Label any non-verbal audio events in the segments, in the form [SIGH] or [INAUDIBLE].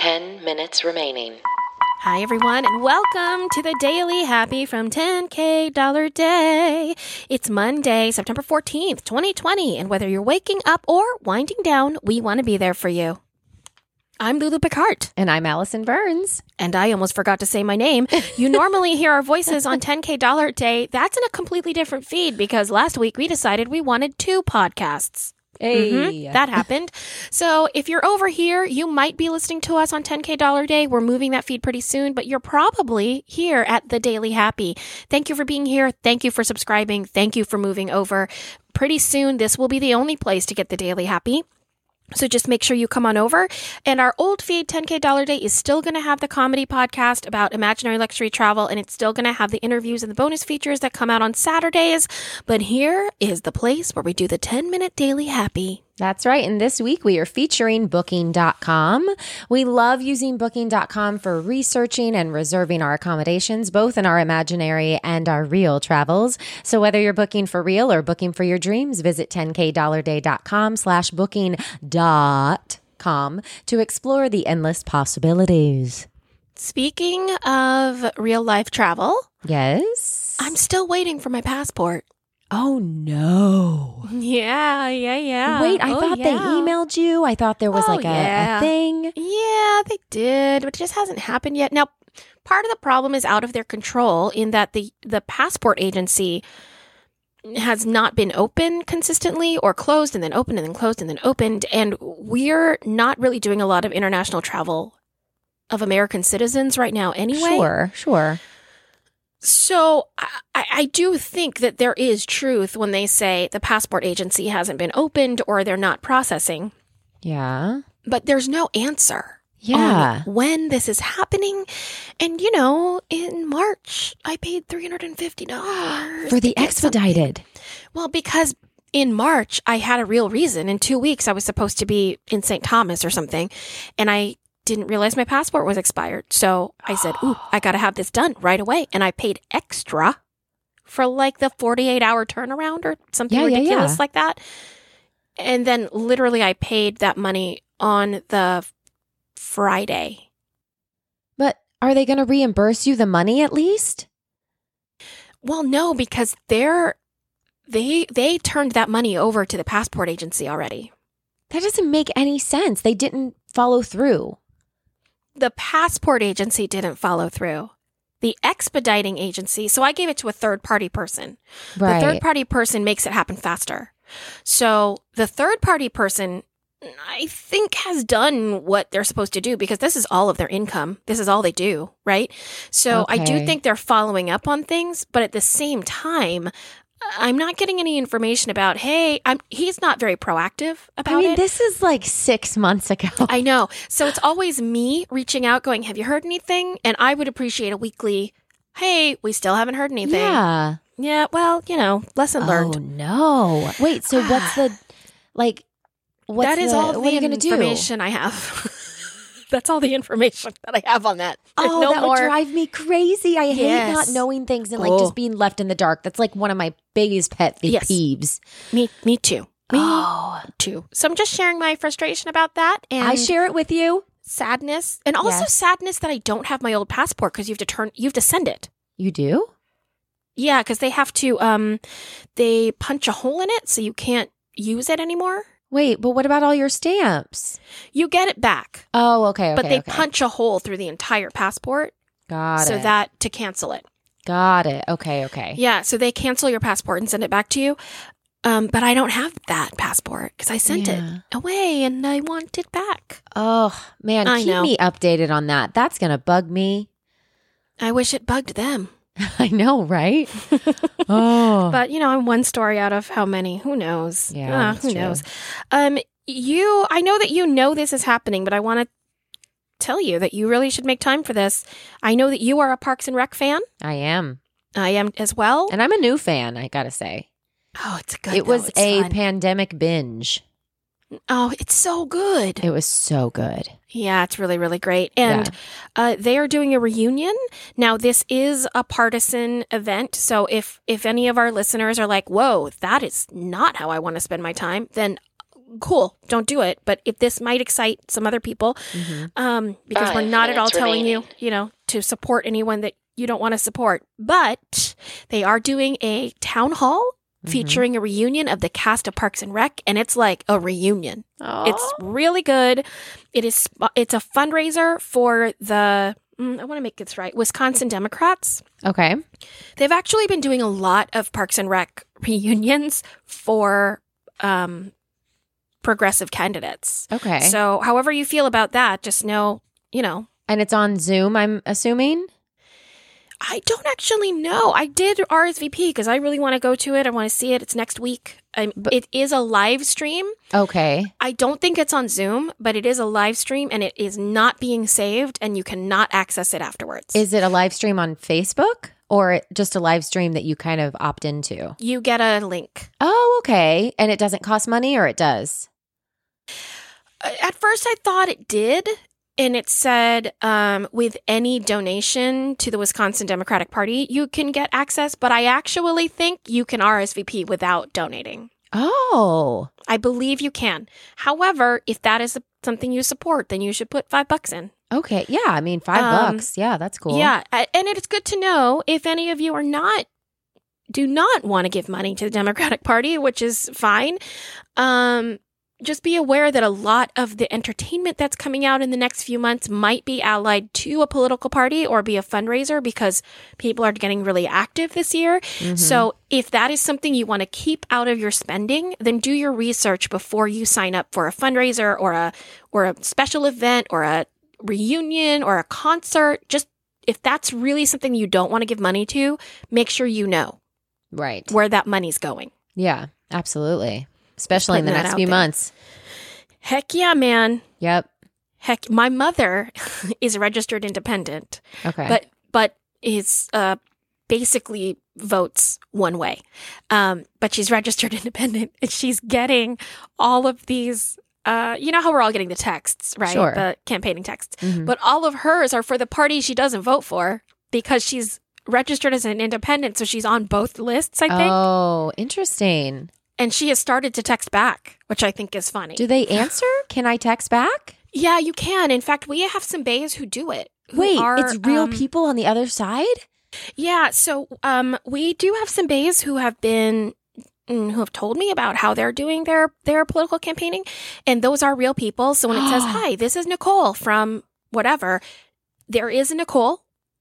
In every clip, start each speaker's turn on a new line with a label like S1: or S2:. S1: 10 minutes remaining.
S2: Hi, everyone, and welcome to the Daily Happy from 10K Dollar Day. It's Monday, September 14th, 2020, and whether you're waking up or winding down, we want to be there for you. I'm Lulu Picard,
S3: And I'm Allison Burns.
S2: and I almost forgot to say my name. You normally hear our voices on 10K Dollar Day. That's in a completely different feed because last week we decided we wanted two podcasts.
S3: Hey.
S2: Mhm, that happened. So if you're over here, you might be listening to us on 10K Dollar Day. We're moving that feed pretty soon, but you're probably here at the Daily Happy. Thank you for being here. Thank you for subscribing. Thank you for moving over. Pretty soon, this will be the only place to get the Daily Happy. So just make sure you come on over. And our old feed, 10K Dollar Day, is still going to have the comedy podcast about imaginary luxury travel, and it's still going to have the interviews and the bonus features that come out on Saturdays. But here is the place where we do the 10 minute daily happy.
S3: That's right. And this week we are featuring Booking.com. We love using Booking.com for researching and reserving our accommodations, both in our imaginary and our real travels. So whether you're booking for real or booking for your dreams, visit 10kdollarday.com slash booking dot com to explore the endless possibilities.
S2: Speaking of real life travel,
S3: Yes.
S2: I'm still waiting for my passport.
S3: Oh no.
S2: Yeah, yeah, yeah.
S3: Wait, I
S2: Oh,
S3: thought they
S2: yeah.
S3: emailed you. I thought there was
S2: Oh,
S3: like a,
S2: yeah.
S3: a thing.
S2: Yeah, they did, but it just hasn't happened yet. Now, part of the problem is out of their control in that the the passport agency has not been open consistently or closed and then opened and then closed and then opened and we're not really doing a lot of international travel of American citizens right now anyway.
S3: Sure, sure.
S2: So I, I I do think that there is truth when they say the passport agency hasn't been opened or they're not processing,
S3: Yeah. Um,
S2: but there's no answer. on
S3: Yeah.
S2: when this is happening. And, you know, in March, I paid $350.
S3: For
S2: to
S3: the
S2: get some-
S3: expedited.
S2: Well, because in March, I had a real reason. In two weeks, I was supposed to be in St. Thomas or something. And I didn't realize my passport was expired. So I said, Ooh, I got to have this done right away. And I paid extra for like the 48 hour turnaround or something
S3: Yeah, yeah,
S2: ridiculous
S3: yeah.
S2: like that. And then literally, I paid that money on the Friday.
S3: But are they going to reimburse you the money at least?
S2: Well, no, because they're they they turned that money over to the passport agency already.
S3: That doesn't make any sense. They didn't follow through.
S2: The passport agency didn't follow through. The expediting agency, so I gave it to a third party person. The third party person makes it happen faster. So the third party person I think has done what they're supposed to do because this is all of their income. This is all they do, right? So I do
S3: Okay.
S2: think they're following up on things, but at the same time, I'm not getting any information about, hey, I'm he's not very proactive about
S3: I mean,
S2: it.
S3: this is like six months ago. [LAUGHS]
S2: I know. So it's always me reaching out going, "Have you heard anything?" and I would appreciate a weekly, "Hey, we still haven't heard anything."
S3: yeah.
S2: Yeah, well, you know, lesson learned.
S3: Oh, no. Wait, [SIGHS] so what's the, like, what's
S2: that is
S3: the-
S2: all the
S3: what are you gonna do?
S2: information I have. [LAUGHS] That's all the information [LAUGHS] that I have on that. There's
S3: Oh,
S2: no
S3: that
S2: more.
S3: would drive me crazy. I hate
S2: Yes.
S3: not knowing things and like
S2: Oh.
S3: just being left in the dark. That's like one of my biggest pet pe-
S2: Yes.
S3: peeves.
S2: me, me too.
S3: [GASPS]
S2: Me
S3: Oh,
S2: too. So I'm just sharing my frustration about that and
S3: I share it with you.
S2: sadness, and also
S3: Yes.
S2: sadness that I don't have my old passport because you have to turn, you have to send it.
S3: You do?
S2: Yeah, because they have to, um, they punch a hole in it so you can't use it anymore.
S3: Wait, but what about all your stamps?
S2: You get it back,
S3: Oh, okay.
S2: but
S3: okay,
S2: they
S3: okay.
S2: punch a hole through the entire passport
S3: Got
S2: so
S3: it.
S2: that to cancel it.
S3: Got it. Okay. Okay.
S2: Yeah, so they cancel your passport and send it back to you. Um, but I don't have that passport because I sent
S3: Yeah.
S2: it away and I want it back.
S3: Oh man,
S2: I
S3: keep
S2: know.
S3: me updated on that. That's gonna bug me. [LAUGHS]
S2: I wish it bugged them.
S3: I
S2: [LAUGHS]
S3: know, right? oh,
S2: But you know, I'm one story out of how many? Who knows?
S3: Yeah,
S2: Ah,
S3: that's
S2: who
S3: true.
S2: knows? Um, you, I know that you know this is happening, but I want to tell you that you really should make time for this. I know that you are a Parks and Rec fan.
S3: I am,
S2: I am as well.
S3: and I'm a new fan. I gotta say,
S2: oh, it's good.
S3: it
S2: though.
S3: was
S2: It's
S3: a
S2: fun.
S3: pandemic binge.
S2: oh, it's so good.
S3: It was so good.
S2: Yeah, it's really, really great. And uh, they are doing a reunion. Now, this is a partisan event. So if if any of our listeners are like, whoa, that is not how I want to spend my time, then cool, don't do it. But if this might excite some other people,
S3: Mhm.
S2: um, because
S1: Five
S2: we're not at all
S1: minutes
S2: telling you,
S1: remaining.
S2: you know, to support anyone that you don't want to support. But they are doing a town hall
S3: Mhm.
S2: featuring a reunion of the cast of Parks and Rec, and it's like a reunion.
S3: Aw.
S2: It's really good. It is. sp- It's a fundraiser for the. mm, I want to make this right. Wisconsin Democrats.
S3: okay.
S2: They've actually been doing a lot of Parks and Rec [LAUGHS] reunions for um, progressive candidates.
S3: Okay.
S2: So, however you feel about that, just know, you know,
S3: and it's on Zoom, I'm assuming.
S2: I don't actually know. I did RSVP because I really want to go to it. I want to see it. It's next week. i
S3: But-
S2: it is a live stream.
S3: Okay.
S2: I don't think it's on Zoom, but it is a live stream and it is not being saved and you cannot access it afterwards.
S3: Is it a live stream on Facebook or just a live stream that you kind of opt into?
S2: you get a link.
S3: Oh, okay. And it doesn't cost money or it does?
S2: Uh, At first, I thought it did. And it said, um, with any donation to the Wisconsin Democratic Party, you can get access. But I actually think you can RSVP without donating.
S3: Oh,
S2: I believe you can. However, if that is something you support, then you should put five bucks in.
S3: okay. Yeah. I mean, five
S2: Um,
S3: bucks. Yeah, that's cool.
S2: Yeah, a- and it's good to know if any of you are not do not want to give money to the Democratic [LAUGHS] Party, which is fine. Um just be aware that a lot of the entertainment that's coming out in the next few months might be allied to a political party or be a fundraiser because people are getting really active this year.
S3: Mhm.
S2: So, if that is something you want to keep out of your spending, then do your research before you sign up for a fundraiser or a or a special event or a reunion or a concert. Just if that's really something you don't want to give money to, make sure you know
S3: right.
S2: where that money's going.
S3: Yeah, absolutely. Especially in the
S2: putting that
S3: next
S2: out
S3: few
S2: there.
S3: months.
S2: Heck yeah, man.
S3: Yep.
S2: Heck, my mother [LAUGHS] is a registered independent,
S3: Okay.
S2: but but is uh basically votes one way. Um, but she's registered [LAUGHS] independent and she's getting all of these uh you know how we're all getting the texts, right?
S3: Sure.
S2: The campaigning texts.
S3: Mhm.
S2: But all of hers are for the party she doesn't vote for because she's registered as an independent, so she's on both lists, I think.
S3: oh, interesting.
S2: And she has started to text back, which I think is funny.
S3: Do they answer? Can I text back?
S2: yeah, you can. In fact, we have some bays who do it. who
S3: Wait,
S2: are,
S3: it's real
S2: um,
S3: people on the other side?
S2: Yeah, so um, we do have some bays who have been mm, who have told me about how they're doing their their political campaigning, and those are real people. So when it
S3: [GASPS]
S2: says, "Hi, this is Nicole from whatever," there is a Nicole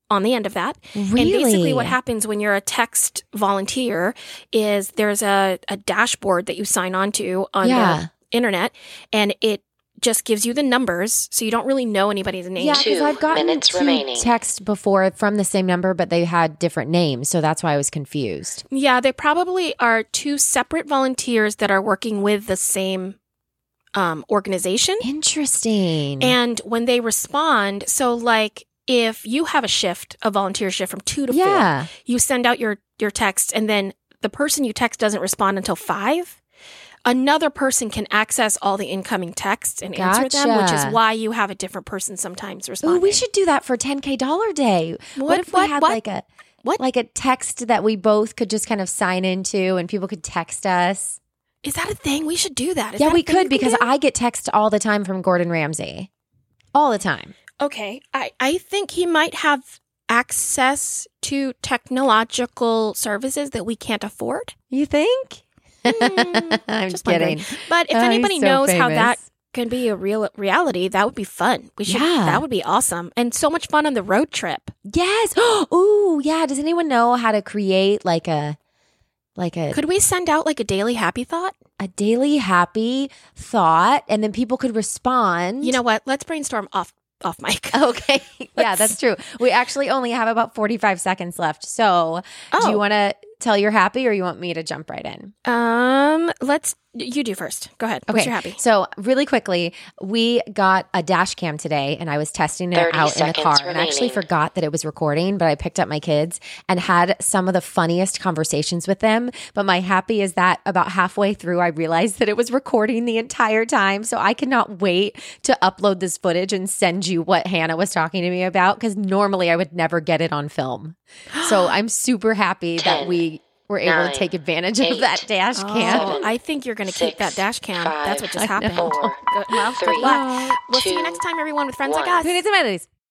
S2: on the end of that.
S3: Really?
S2: And basically, what happens when you're a text volunteer is there's a, a dashboard that you sign on to on
S3: Yeah.
S2: the internet, and it just gives you the numbers, so you don't really know anybody's name.
S3: Yeah,
S1: Two
S3: because I've gotten
S1: minutes
S3: two
S1: remaining.
S3: text before from the same number, but they had different names, so that's why I was confused.
S2: Yeah, they probably are two separate volunteers that are working with the same um, organization.
S3: Mm-hmm. Interesting.
S2: And when they respond, so like if you have a shift, a volunteer shift from two to four,
S3: yeah,
S2: you send out your your text, and then the person you text doesn't respond until five. Another person can access all the incoming texts and answer them, which is
S3: Gotcha.
S2: why you have a different person sometimes
S3: Ooh,
S2: responding.
S3: we should do that for 10k dollar day. What, if we had
S2: what?
S3: like a
S2: what?
S3: like a text that we both could just kind of sign into, and people could text us?
S2: is that a thing? We should do that. Is
S3: yeah,
S2: that a
S3: we
S2: thing you can
S3: could because
S2: do?
S3: I get text all the time from Gordon Ramsay, all the time.
S2: Okay. I, I think he might have access to technological services that we can't
S3: [LAUGHS]
S2: afford.
S3: You think?
S2: Hmm,
S3: I'm
S2: just wondering.
S3: kidding.
S2: But if
S3: Oh, he's
S2: anybody
S3: so
S2: knows how
S3: famous.
S2: that can be a real reality, that would be fun. We should
S3: Yeah.
S2: that would be awesome. And so much fun on the road trip.
S3: Yes. [GASPS] Ooh, yeah. Does anyone know how to create like a like a
S2: Could we send out like a daily happy thought?
S3: a daily happy thought and then people could respond? [LAUGHS]
S2: You know what? Let's brainstorm off off mic.
S3: Mm. Okay. yeah, that's true. We actually only have about 45 seconds left. So, do
S2: Oh.
S3: you want to tell you're happy or you want me to jump right in?
S2: um let's you do first. Go ahead. What's your happy?
S3: So, really quickly, we got a dash cam today and I was testing it
S1: 30
S3: out in the
S1: seconds
S3: car. And I actually
S1: remaining.
S3: forgot that it was recording, but I picked up my kids and had some of the funniest conversations with them. But my happy is that about halfway through, I realized that it was recording the entire time. So, I cannot wait to upload this footage and send you what Hannah was talking to
S1: [GASPS]
S3: me about because normally I would never get it on film. So, I'm super happy that
S1: Ten,
S3: we were able
S1: Nine,
S3: to take advantage of
S1: eight,
S3: that dash cam.
S2: Oh, I think you're going to
S1: six,
S2: keep that dash cam.
S1: five,
S2: That's what just happened.
S1: four,
S2: [LAUGHS] Good- well,
S1: three,
S2: good luck. We'll see you
S1: two,
S2: next time, everyone, with Friends Like
S1: one.
S2: Us.
S3: Who needs amenities?